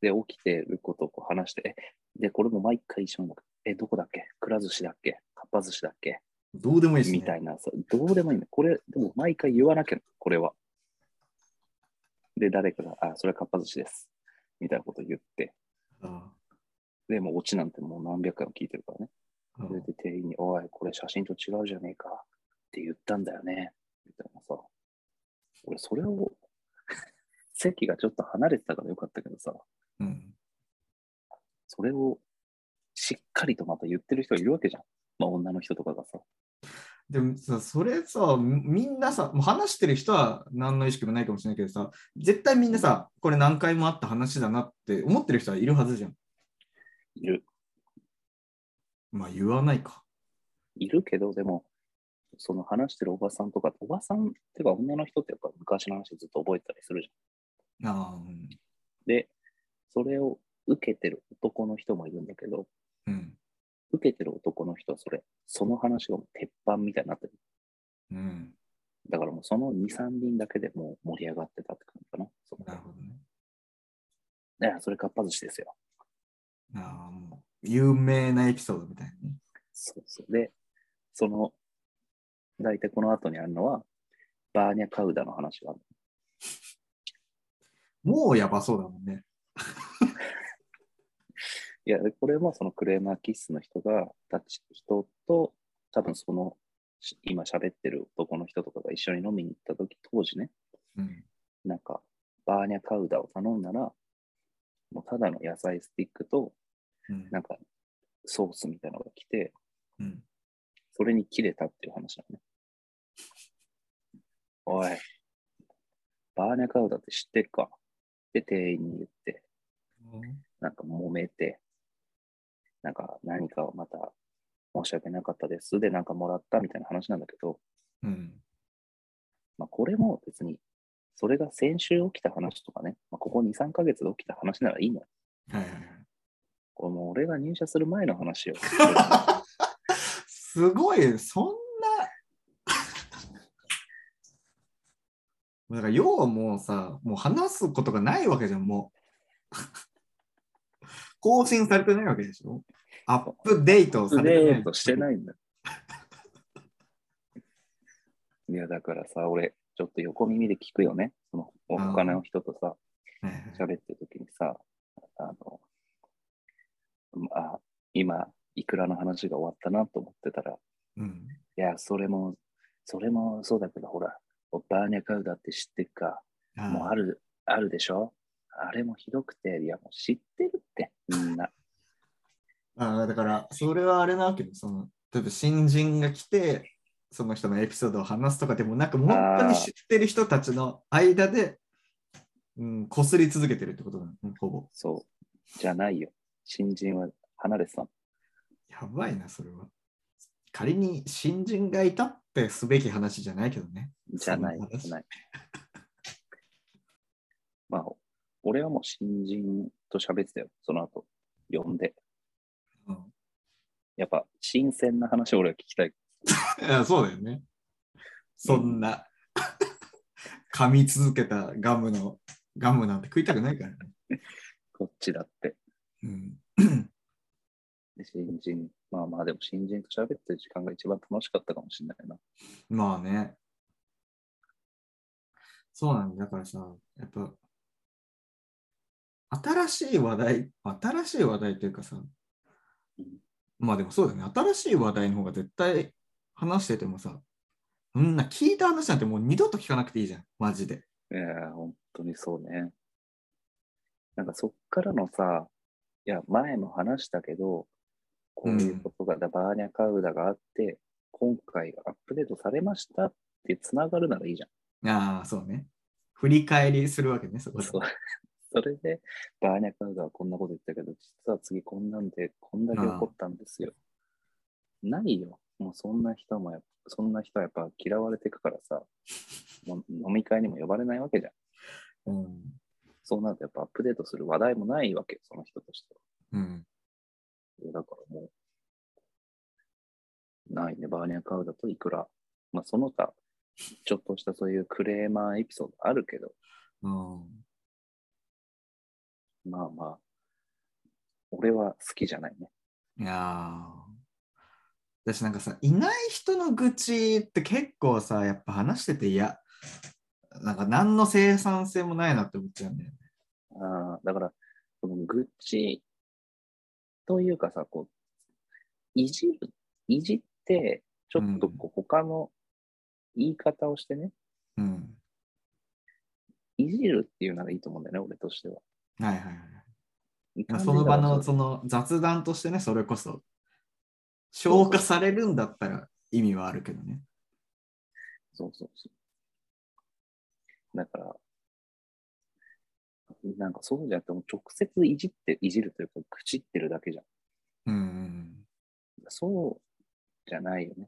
で、起きてることをこう話して、えで、これも毎回一緒なんだけどえ、どこだっけくら寿司だっけかっぱ寿司だっけ
どうでもいいし、ね、
みたいなさ、どうでもいいの。これ、でも毎回言わなきゃ、これは。で、誰かが、あ、それはかっぱ寿司です。みたいなこと言って、
あ
で、もうオチなんてもう何百回も聞いてるからね。
あ
それで店員に、おい、これ写真と違うじゃねえかって言ったんだよね。みたいなさ。俺、それを、 (laughs) 席がちょっと離れてたからよかったけどさ、
うん、
それをしっかりとまた言ってる人がいるわけじゃん。まあ、女の人とかがさ。
でもさ、それさ、みみんなさ、もう話してる人は何の意識もないかもしれないけどさ、絶対みんなさ、これ何回もあった話だなって思ってる人はいるはずじゃん。
いる。
まあ言わないか。
いるけど、でも、その話してるおばさんとか、おばさんっていうか女の人ってやっぱ昔の話ずっと覚えてたりするじゃん。
ああ、うん
で、それを受けてる男の人もいるんだけど、
うん。
受けてる男の人はそれ、その話がもう鉄板みたいになってる。
うん。
だからもうその2、3人だけでもう盛り上がってたって感じかな。そこ
なるほどね。
いやそれかっぱ寿司ですよ。
ああ、もう有名なエピソードみたいなね。
そうそう。で、その、大体この後にあるのは、バーニャカウダの話がある。
もうやばそうだもんね。
いや、これもそのクレーマー気質の人が、たち人と、多分その、し今喋ってる男の人とかが一緒に飲みに行った時当時ね、
うん。
なんか、バーニャカウダを頼んだら、もうただの野菜スティックと、
うん。
なんか、ソースみたいなのが来て、
うん、
それに切れたっていう話なのね。おい、バーニャカウダって知ってるかって店員に言って、なんか揉めて、なんか何かをまた申し訳なかったですでなんかもらったみたいな話なんだけど、
うん。
まあ、これも別に、それが先週起きた話とかね、まあ、ここ2、3ヶ月で起きた話ならいいのよ。
はいはいはい。
これもう俺が入社する前の話よ。
すごい、そんな。だから要は (laughs) もうさ、もう話すことがないわけじゃん、もう。更新されてないわけでしょアップデート
ス
されて
レ
ない。
ートしてないんだよ。 (laughs) いや、だからさ、俺、ちょっと横耳で聞くよね。その他の人とさ、
はいはい
喋ってる時にさ、あの、まあ、今、いくらの話が終わったなと思ってたら、い
うん。
や、それも、それもそうだけど、ほら、バーニャカウダって知ってるか、
あー
もうある、あるでしょあれもひどくて、いや、もう知ってるって、みんな。
あーだから、それはあれなわけで、その、例えば新人が来て、その人のエピソードを話すとかでもなく、本当に知ってる人たちの間で、うん、擦り続けてるってことだね、ほぼ。
そう。じゃないよ。新人は離れてたの
やばいな、それは。仮に新人がいたってすべき話じゃないけどね。
じゃない
そんな、話
ない。 (laughs) まあ、俺はもう新人と喋ってたよ。その後、呼んで。
うん
やっぱ、新鮮な話を俺は聞きたい。
いやそうだよね。そんな、噛み続けたガムの、ガムなんて食いたくないからね。
こっちだって。
うん、
で新人、まあまあでも新人と喋ってる時間が一番楽しかったかもしれないな。
まあね。そうなんだ。だからさ、やっぱ、新しい話題、新しい話題というかさ
うん、
まあでもそうだよね。新しい話題の方が絶対話しててもさ、そんな聞いた話なんてもう二度と聞かなくていいじゃん。マジで。
ええ本当にそうね。なんかそっからのさ、いや、前も話したけど、こういうことがだ、バーニャカウダがあって、今回アップデートされましたってつながるならいいじゃん。
ああ、そうね。振り返りするわけね、そこで。
そう。 (laughs) それで、バーニャカウダはこんなこと言ったけど、実は次こんなんで、こんだけ怒ったんですよ。ないよ。もうそんな人もやっぱ、そんな人はやっぱ嫌われてくからさ、もう飲み会にも呼ばれないわけじゃん。
うん。
そうなるとやっぱアップデートする話題もないわけよ、その人として
うん。
は。だからもう、ないね。バーニャカウダといくら。まあその他、ちょっとしたそういうクレーマーエピソードあるけど、
うん、
まあまあ、俺は好きじゃないね。
いやー私なんかさ、いない人の愚痴って結構さ、やっぱ話してて嫌。なんか何の生産性もないなって思っちゃうんだよね。
ああ、だから、その愚痴というかさ、こう、いじる、いじって、ちょっとこう他の言い方をしてね、
うん。
いじるっていうならいいと思うんだよね、俺としては。
はいはいはい。その場のそ
の、
の雑談としてね、それこそ。消化されるんだったら意味はあるけどね。
そうそうそう。だから、なんかそうじゃなくて、もう直接いじって、いじるというか、愚痴ってるだけじゃん。
うんうん
そうじゃないよね。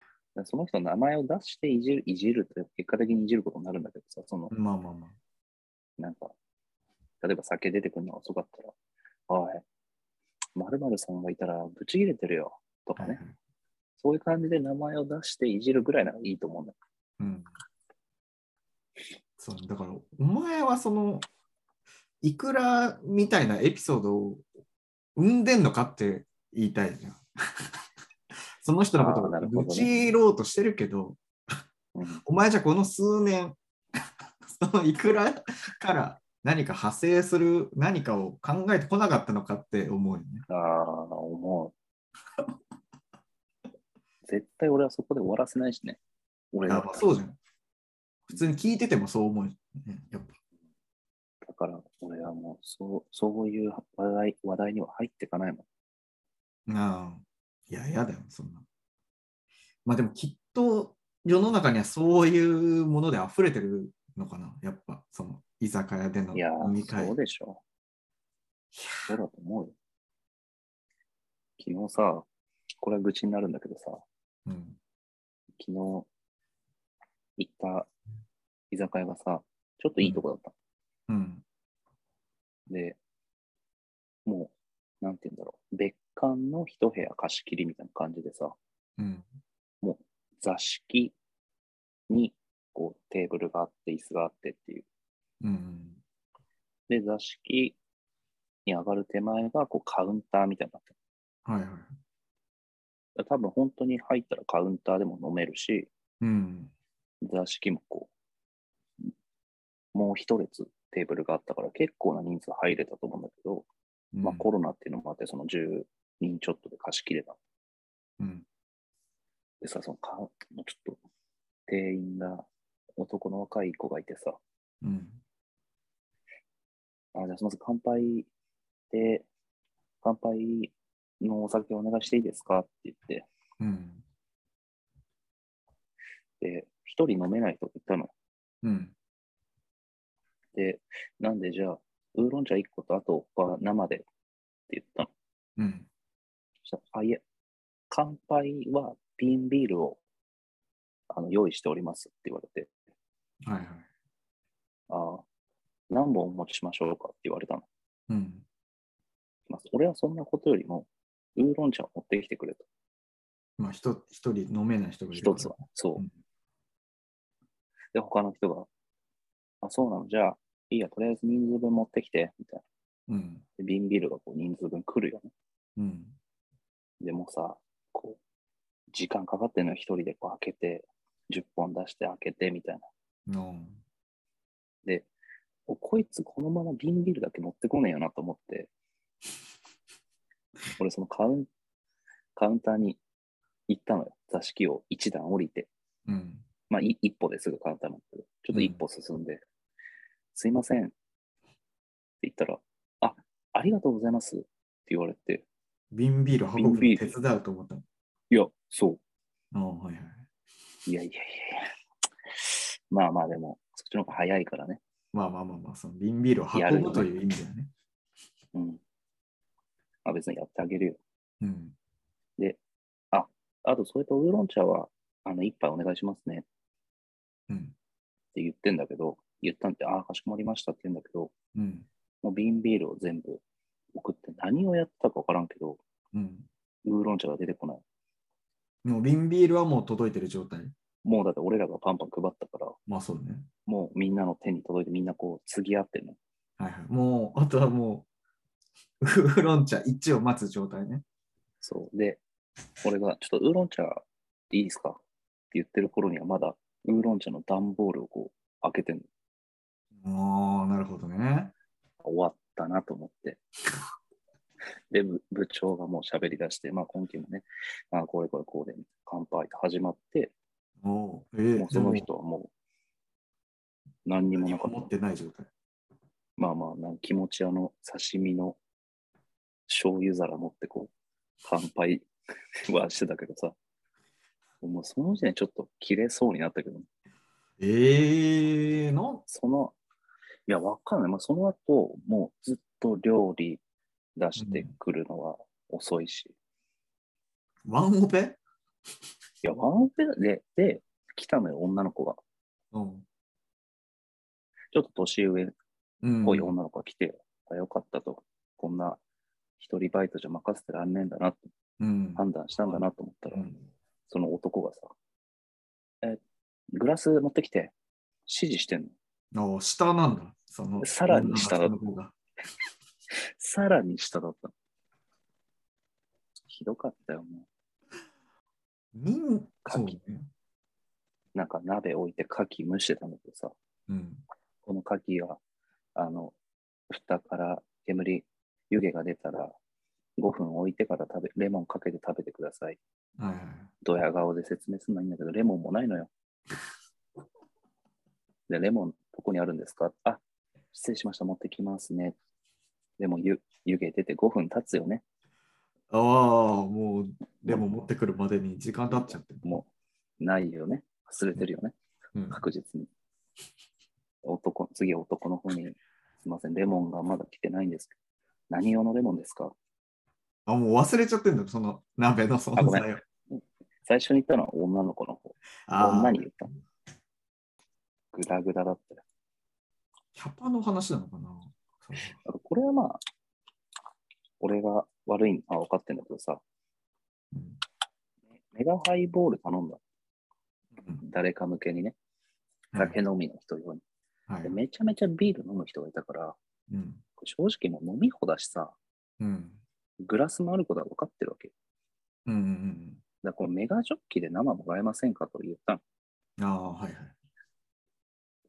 だからその人の名前を出していじる、いじるという結果的にいじることになるんだけどさ、その、
うん。まあまあまあ。
なんか、例えば酒出てくるのが遅かったら、おい、〇〇さんがいたらブチ切れてるよ、とか
はいはい
ね。そういう感じで名前を出していじるぐらいならいいと思うんだよ。
うんそうだからお前はそのいくらみたいなエピソードを生んでんのかって言いたいじゃん。 (laughs) その人のこと
あーなる
を
ほど
愚
ね
痴ろうとしてるけど、
うん
お前じゃこの数年 (laughs) そのいくらから何か派生する何かを考えてこなかったのかって思うよね。
ああ、思う。 (laughs) 絶対俺はそこで終わらせないしね。俺だ
あ
った
まあ
ら
そうじゃん。普通に聞いててもそう思うよね。やっぱ
だから俺はもうそう、そういう話題話題には入っていかないもん。
ああ、いや、嫌だよ、そんな。まあでもきっと世の中にはそういうもので溢れてるのかな、やっぱ、その居酒屋での
いやー
飲み会。
そうでしょそうだと思うよ。昨日さ、これは愚痴になるんだけどさ、
うん、
昨日行った居酒屋がさ、ちょっといいとこだった。
うん、
で、もう、なんて言うんだろう。別館の一部屋貸し切りみたいな感じでさ、
うん、
座敷にこうテーブルがあって、椅子があってっていう。
うん。
で、座敷に上がる手前がこうカウンターみたいになって
はいはい。
る。多分本当に入ったらカウンターでも飲めるし、
うん、
座敷もこう、もう一列テーブルがあったから結構な人数入れたと思うんだけど、
うん
まあコロナっていうのもあって、その10人ちょっとで貸し切れた。
うん、
でさ、そのカウンちょっと店員が男の若い子がいてさ、
うん、
あ、じゃあ、すみません、乾杯で、乾杯のお酒お願いしていいですかって言って、
うん、
て、一人飲めない人がいたの。
うん。
で、なんでじゃあ、ウーロン茶1個と、あとは生でって言ったの。
うん。
そしたらあ、いえ、乾杯は瓶ビールをあの用意しておりますって言われて、
はいはい。
ああ、何本お持ちしましょうかって言われたの。
うん。
まあ俺はそんなことよりも、ウーロン茶を持ってきてくれと。
まあ、ひと一人飲めない人がいるか
一
ら。
つは。そう。
うん
で、他の人が、あ、そうなの、じゃあ、いいや、とりあえず人数分持ってきて、みたいな。
うん。
で瓶ビールがこう人数分来るよね。
うん。
でもうさ、こう、時間かかってんのよ一人でこう開けて、10本出して開けて、みたいな。
の
おこいつこのまま瓶ビールだけ持ってこねえよなと思って、俺そのカウンカウンターに行ったのよ。座敷を一段降りて。
うん。
まあ、い一歩ですぐカウンターなんですけど、ちょっと一歩進んで、すいませんって言ったら、あ、ありがとうございますって言われて、
瓶ビール運ぶの
瓶ビ
手
ール
伝うと思ったの。
いや、そ
ああ、はいはい。
う。いやいやいやいや。まあまあでも、そっちの方が早いからね。
まあまあまあまあ、その瓶ビールを
やる
運ぶと
よね
いう意味だよね。
うん。まあ別にやってあげるよ。
うん。
あと、それとウーロン茶は、あの、一杯お願いしますねっ
うん。
て言ってんだけど、言ったんで、ああ、かしこまりましたって言うんだけど、
うん。
もう瓶ビールを全部送って、何をやったかわからんけど、
うん。
ウーロン茶が出てこない。
もう瓶ビールはもう届いてる状態。
もうだって俺らがパンパン配ったから、
まあそうね。
もうみんなの手に届いてみんなこう、継ぎ合ってね。
はいはい。もう、あとはもう、ウーロン茶1を待つ状態ね。
そう。で、俺が、ちょっとウーロン茶いいですかって言ってる頃には、まだウーロン茶の段ボールをこう、開けてんの
ああ、なるほどね。
終わったなと思って。で、部部長がもう喋り出して、まあ今期もね、あこれこれこうで、乾杯って始まって、
おお。ええ
もうその人はもう何にも
で
な
も
か
持
っ。
ったてない状態。
まあまあ、なん気持ちあの刺身の醤油皿持ってこう、乾杯はしてたけどさ、もうその時点でちょっと切れそうになったけど、
ええの
その、いや、わかんない。まあその後、もうずっと料理出してくるのは遅いし、
ワンオペ
いや、ワンオペで、で、来たのよ、女の子が。
うん。
ちょっと年上っ
うん
ぽい女の子が来て、あよかったと。こんな一人バイトじゃ任せてらんねえんだなと、
うん。
判断したんだなと思ったら、
うん
その男がさ、え、グラス持ってきて、指示してんの。
お下なんだ。その
さらに下だ
女の子が
さらに下だったの。ひどかったよ、も
民
牡蠣
そうね
う。なんか鍋置いて牡蠣蒸してたんだけどさ、
うん。
この牡蠣は、あの、蓋から煙、湯気が出たら、5分置いてから食べ、レモンかけて食べてください。
はいはい。
ドヤ顔で説明するのはいいんだけど、レモンもないのよ。で、レモン、どこにあるんですかあ、失礼しました。持ってきますね。でも湯、湯気出て5分経つよね。
ああ、もう、でも持ってくるまでに時間経っちゃってる。
もう、ないよね。忘れてるよね。
うん。
確実に。男、次は男の方に、すいません、レモンがまだ来てないんですけど、何用のレモンですか
あ、もう忘れちゃってんだ、その鍋の存
あごめ
在を。
最初に言ったのは女の子の方。
ああ
女に言ったの。グダグダだったよ。
キャパの話なのかなそう
あとこれはまあ、俺が悪いのは分かってんだけどさ、
うん
メガハイボール頼んだ。
うん
誰か向けにね。
はい
酒飲みの人用に。
はい
で。めちゃめちゃビール飲む人がいたから、
うん。
正直もう飲み子だしさ、
うん。
グラスもあることは分かってるわけ。
うんうん
だからこのメガジョッキで生もらえませんかと言ったの。
うん。ああ、はいはい。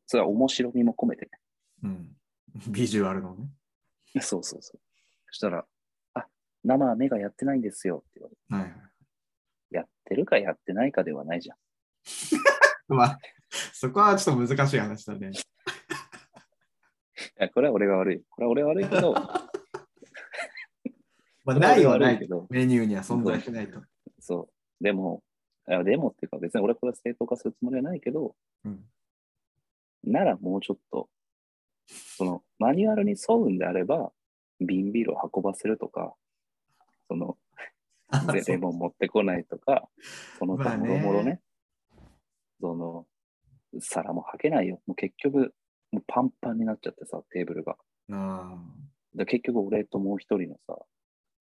それは面白みも込めて
うん。ビジュアルのね。
ね。 (laughs) そうそうそう。そしたら、あ、生は目がやってないんですよって言われて。
はいはい。
やってるかやってないかではないじゃん。
まあ、そこはちょっと難しい話だね。
いやこれは俺が悪い。これは俺が悪
(laughs)
いけど、
まあ、ないは
俺が
な
悪
い
けど、
メニューには存在しないと。
そう。でも、あでもっていうか、別に俺これ正当化するつもりはないけど、
うん。
ならもうちょっと、そのマニュアルに沿うんであれば、瓶ビールを運ばせるとか、その
あ (laughs)
レ
そう
レモン持ってこないとか、その
まあ
他も
ね
ろもろね、その皿もはけないよ。もう結局、もうパンパンになっちゃってさ、テーブルが。
な
で結局、俺ともう一人のさ、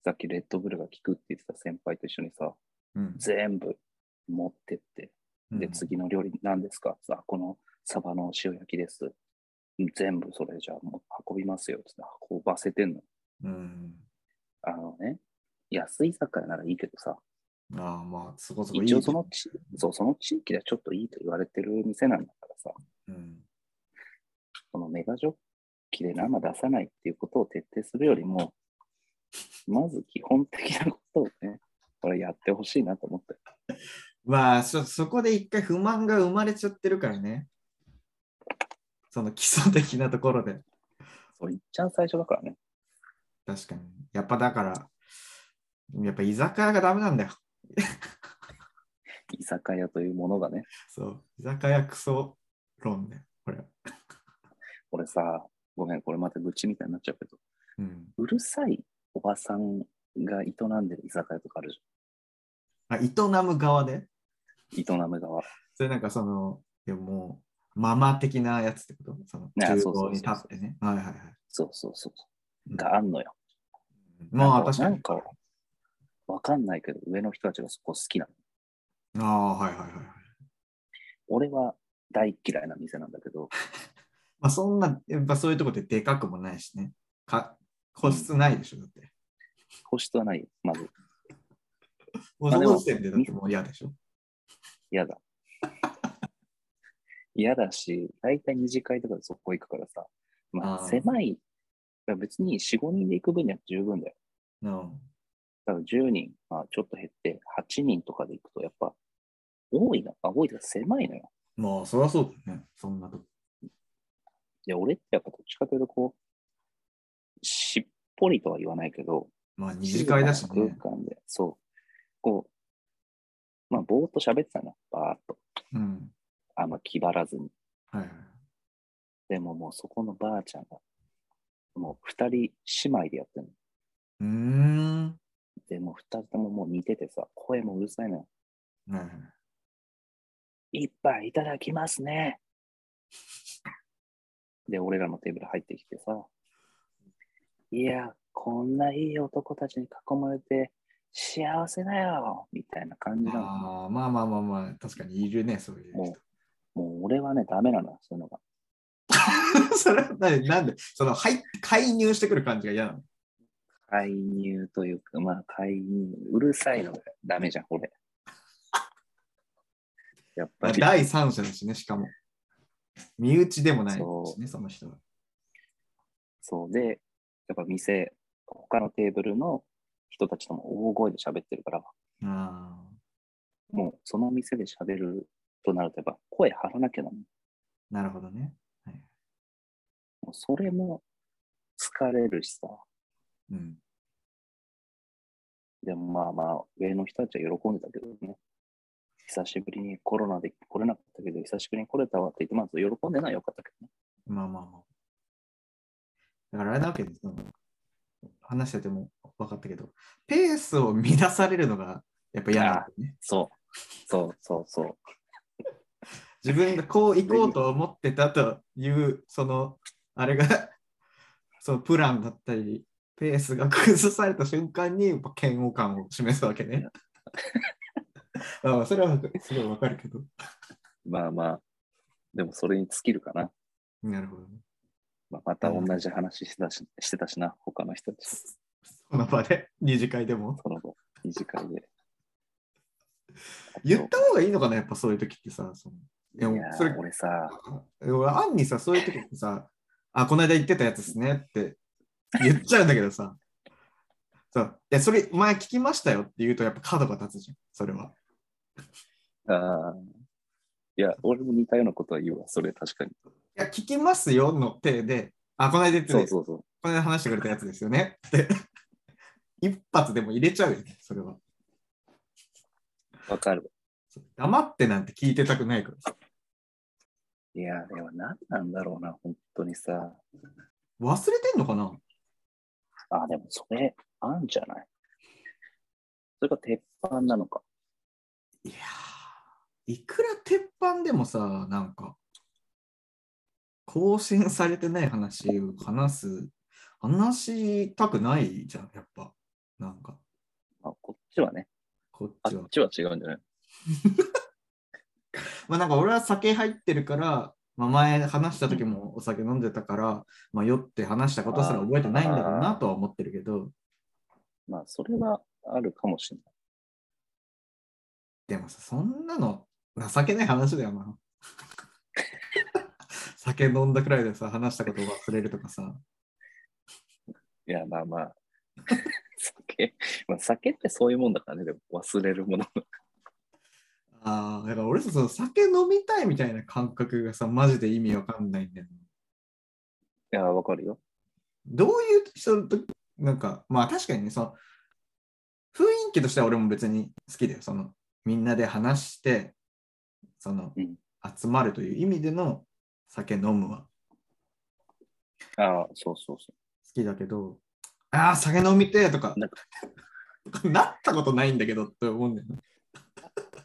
さっきレッドブルが効くって言ってた先輩と一緒にさ、
あ。うん。
全部持ってって、で、
うん
次の料理何ですかさ、このサバの塩焼きです。全部それじゃあもう運びますよ。つって運ばせてんの。
うん。
あのね、安い居酒屋ならいいけどさ、
ああ、まあ、そこそこいい。
一応そのちそうその地域ではちょっといいと言われてる店なんだからさ、
うん。
このメガジョッキで生出さないっていうことを徹底するよりも、まず基本的なことをね、 (laughs) これやってほしいなと思って。
まあそ、そこで一回不満が生まれちゃってるからね。その基礎的なところで。
そう、いっちゃん最初だからね。
確かに。やっぱだから、やっぱ居酒屋がダメなんだよ。
居酒屋というものがね、
そう。居酒屋クソ論だよ、これ。
俺さ、ごめん、これまた愚痴みたいになっちゃうけど、
うん。
うるさいおばさんが営んでる居酒屋とかあるじ
あ、営む側で
ゃん。営む側。
それなんかその、でももう、ママ的なやつってことその、
いや
厨
そうそう
房に立ってね。はいはいはい。
そうそうそう。
うん
があんのよ。
ま
な
あ、
んか
確か
な
に
ん。か、わかんないけど、上の人たちがそこ好きなの。
ああ、はいはいはいはい。
俺は大嫌いな店なんだけど、
まあ、そんな、やっぱそういうとこででかくもないしね。か個室ないでしょ、だって。
個室はないよ。まず、
もう
まあ
そ
でも
の時点でだってもう嫌でしょ。
嫌だ。 (laughs) 嫌だし、大体二次会とかでそこ行くからさ、ま
あ
あ、
ー
狭い。いや別に4、5人で行く分には十分だよ。
うん
だから10人、まあ、ちょっと減って、8人とかで行くと、やっぱ、多いな、あ、多いというか狭いのよ。
まあ、そりゃそうだよね。そんなとこ。
いや、俺ってやっぱどっちかというと、こう、しっぽりとは言わないけど、
まあ、二次会だし
静か
ね
な。空間で、そう。こう、まあ、ぼーっと喋ってたの、ばーっと。
うん。
あんま気張らずに。
はいはい。
でももうそこのばあちゃんが、もう二人姉妹でやってるの。
うーん。
で、もう二人とももう似ててさ、声もうるさいのよ。
はいはい
一杯いただきますね。で、俺らのテーブル入ってきてさ、いや、こんないい男たちに囲まれて幸せだよみたいな感じなの。
ああまあまあまあまあ、確かにいるね、そういう
も
人。
う、もう俺はね、ダメなのよ、そういうのが。
(laughs) それは何なんで、その入っ介入してくる感じが嫌なの。
介入というか、まあ、介入、うるさいのがダメじゃん、 (laughs) 俺。やっぱり、
第三者だしね、しかも。身内でもないしね、その人は。
そうで、やっぱ店、他のテーブルの人たちとも大声で喋ってるから、
ああ、
もうその店で喋るとなると、やっぱ声張らなきゃならない。
なるほどね。はい
もうそれも疲れるしさ。
うん、
でもまあまあ、上の人たちは喜んでたけどね。久しぶりにコロナで来れなかったけど、久しぶりに来れたわって言って、まず喜んでないよかったけどね。
まあまあまあ。だからあれなわけです。その話してても分かったけど、ペースを乱されるのがやっぱ嫌なんだよね。
そう。そうそうそう。
自分がこう行こうと思ってたという、その、あれが、 (laughs) そのプランだったり、ペースが崩された瞬間に、やっぱ嫌悪感を示すわけ
(laughs)
ね。あそれはすごいわかるけど。
まあまあ、でもそれに尽きるかな。
なるほどね。
まあ、また同じ話してたししてたしな、他の人たちと。
その場で、二次会でも。
その後、二次会で。
言った方がいいのかな、やっぱそういう時ってさ。その
いや
いやそれ
俺さ、
(laughs) 俺、アンにさ、そういう時ってさ、あ、この間言ってたやつですねって言っちゃうんだけどさ、 (laughs) そういや、それ、前聞きましたよって言うと、やっぱ角が立つじゃん、それは。
あーいや、俺も似たようなことは言うわ、それ確かに。
いや、聞きますよの手で、あ、この間言ってた
そ
や
う
つ
そうそう。
この間話してくれたやつですよねって、 (laughs) 一発でも入れちゃうよね、それは。
わかる。
黙ってなんて聞いてたくないからさ。
いや、でも何なんだろうな、本当にさ。
忘れてんのかな
あ、でもそれ、あんじゃないそれが鉄板なのか。
いやー、いくら鉄板でもさ、なんか、更新されてない話を話す、話したくないじゃん、やっぱ。なんか、
まあ、こっちはね、
こっ
あ
ちは
っ。ちは違うんじゃない
まあなんか俺は酒入ってるから、まあ、前話した時もお酒飲んでたから、まあ、酔って話したことすら覚えてないんだろうなとは思ってるけど、
まあ、それはあるかもしれない。
でもさ、そんなの情けない話だよな。 (laughs) 酒飲んだくらいでさ、話したことを忘れるとかさ。
いや、まあまあ。 (laughs) 酒、 (laughs) まあ、酒ってそういうもんだからね、でも忘れるもの。 (laughs)
ああ、だから俺さ、その酒飲みたいみたいな感覚がさ、マジで意味わかんないんだよな。
いや、わかるよ。
どういう人と、なんか、まあ確かにね、その、雰囲気としては俺も別に好きだよ。その、みんなで話して、その
うん、
集まるという意味での酒飲むは
ああ、そうそうそ
好きだけど、ああ、酒飲みてえとか
なんか、
(laughs) なったことないんだけどって思うんだよね。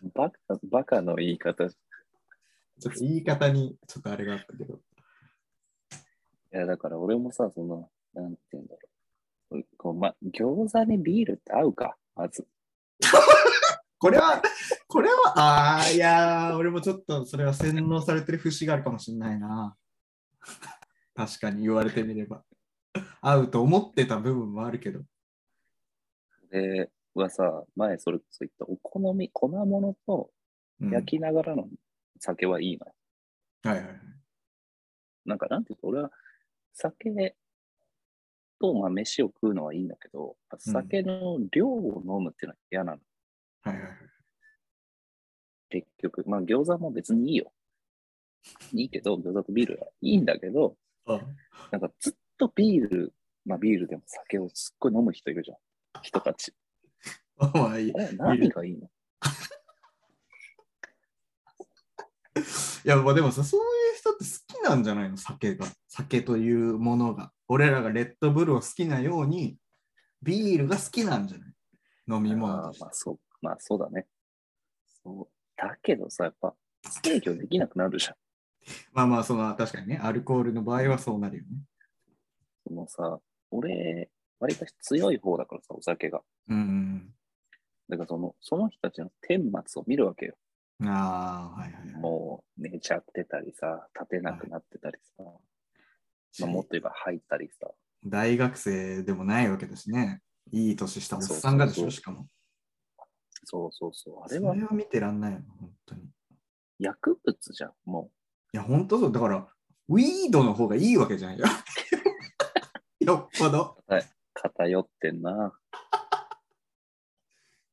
う。バカ、バカの言い方。い
ちょっと言い方にちょっとあれがあったけど。
や、だから俺もさ、その、なんて言うんだろう。こうま、餃子にビールって合うか、まず。
これは、これは、ああ、いやー、俺もちょっとそれは洗脳されてる節があるかもしれないな。確かに言われてみれば。合うと思ってた部分もあるけど。
で、はさ、前それこそ言った、お好み、粉物と
うん
焼きながらの酒はいいのよ
はいはいはい。
なんかなんていうか、俺は酒とまあ飯を食うのはいいんだけど、
うん
酒の量を飲むっていうのは嫌なの。
はいはいはい。
結局、まあ餃子も別にいいよ。いいけど、餃子とビールはいいんだけど、
あ
なんかずっとビール、まあビールでも酒をすっごい飲む人いるじゃん。人たち。
あまあいい。い
あれ何がいいの
や、まあでもさ、そういう人って好きなんじゃないの酒が。酒というものが。俺らがレッドブルを好きなように、ビールが好きなんじゃない飲み物と
あー
して
まあそう、まあそうだね。そう。だけどさ、やっぱ制御できなくなるじゃん。
まあまあ、その、確かにね、アルコールの場合はそうなるよね。
そのさ、俺、わりかし強い方だからさ、お酒が。
うんうん
だからその、その人たちの天末を見るわけよ。
うん。ああ、はいはいはい。
もう寝ちゃってたりさ、立てなくなってたりさ、まあ、もっと言えば入ったりさ。
大学生でもないわけだしね。いい年したおっさんがでし
そ
ょ、
うそうそう
しかも。
そうそうそう。あ
そ
れ
れ
は
は見てらんないよ、本当に。い
薬物じゃん、も
や、本当そう。だから、ウィードの方がいいわけじゃんよ。 (laughs) よっぽど。
う偏ってんな。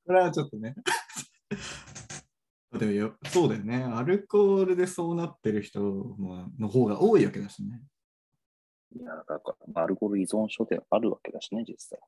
これはちょっとね。 (laughs) でもよそうだよね。アルコールでそうなってる人もの方が多いわけだしね。
いや、だから、まあアルコール依存症ってあるわけだしね、実際。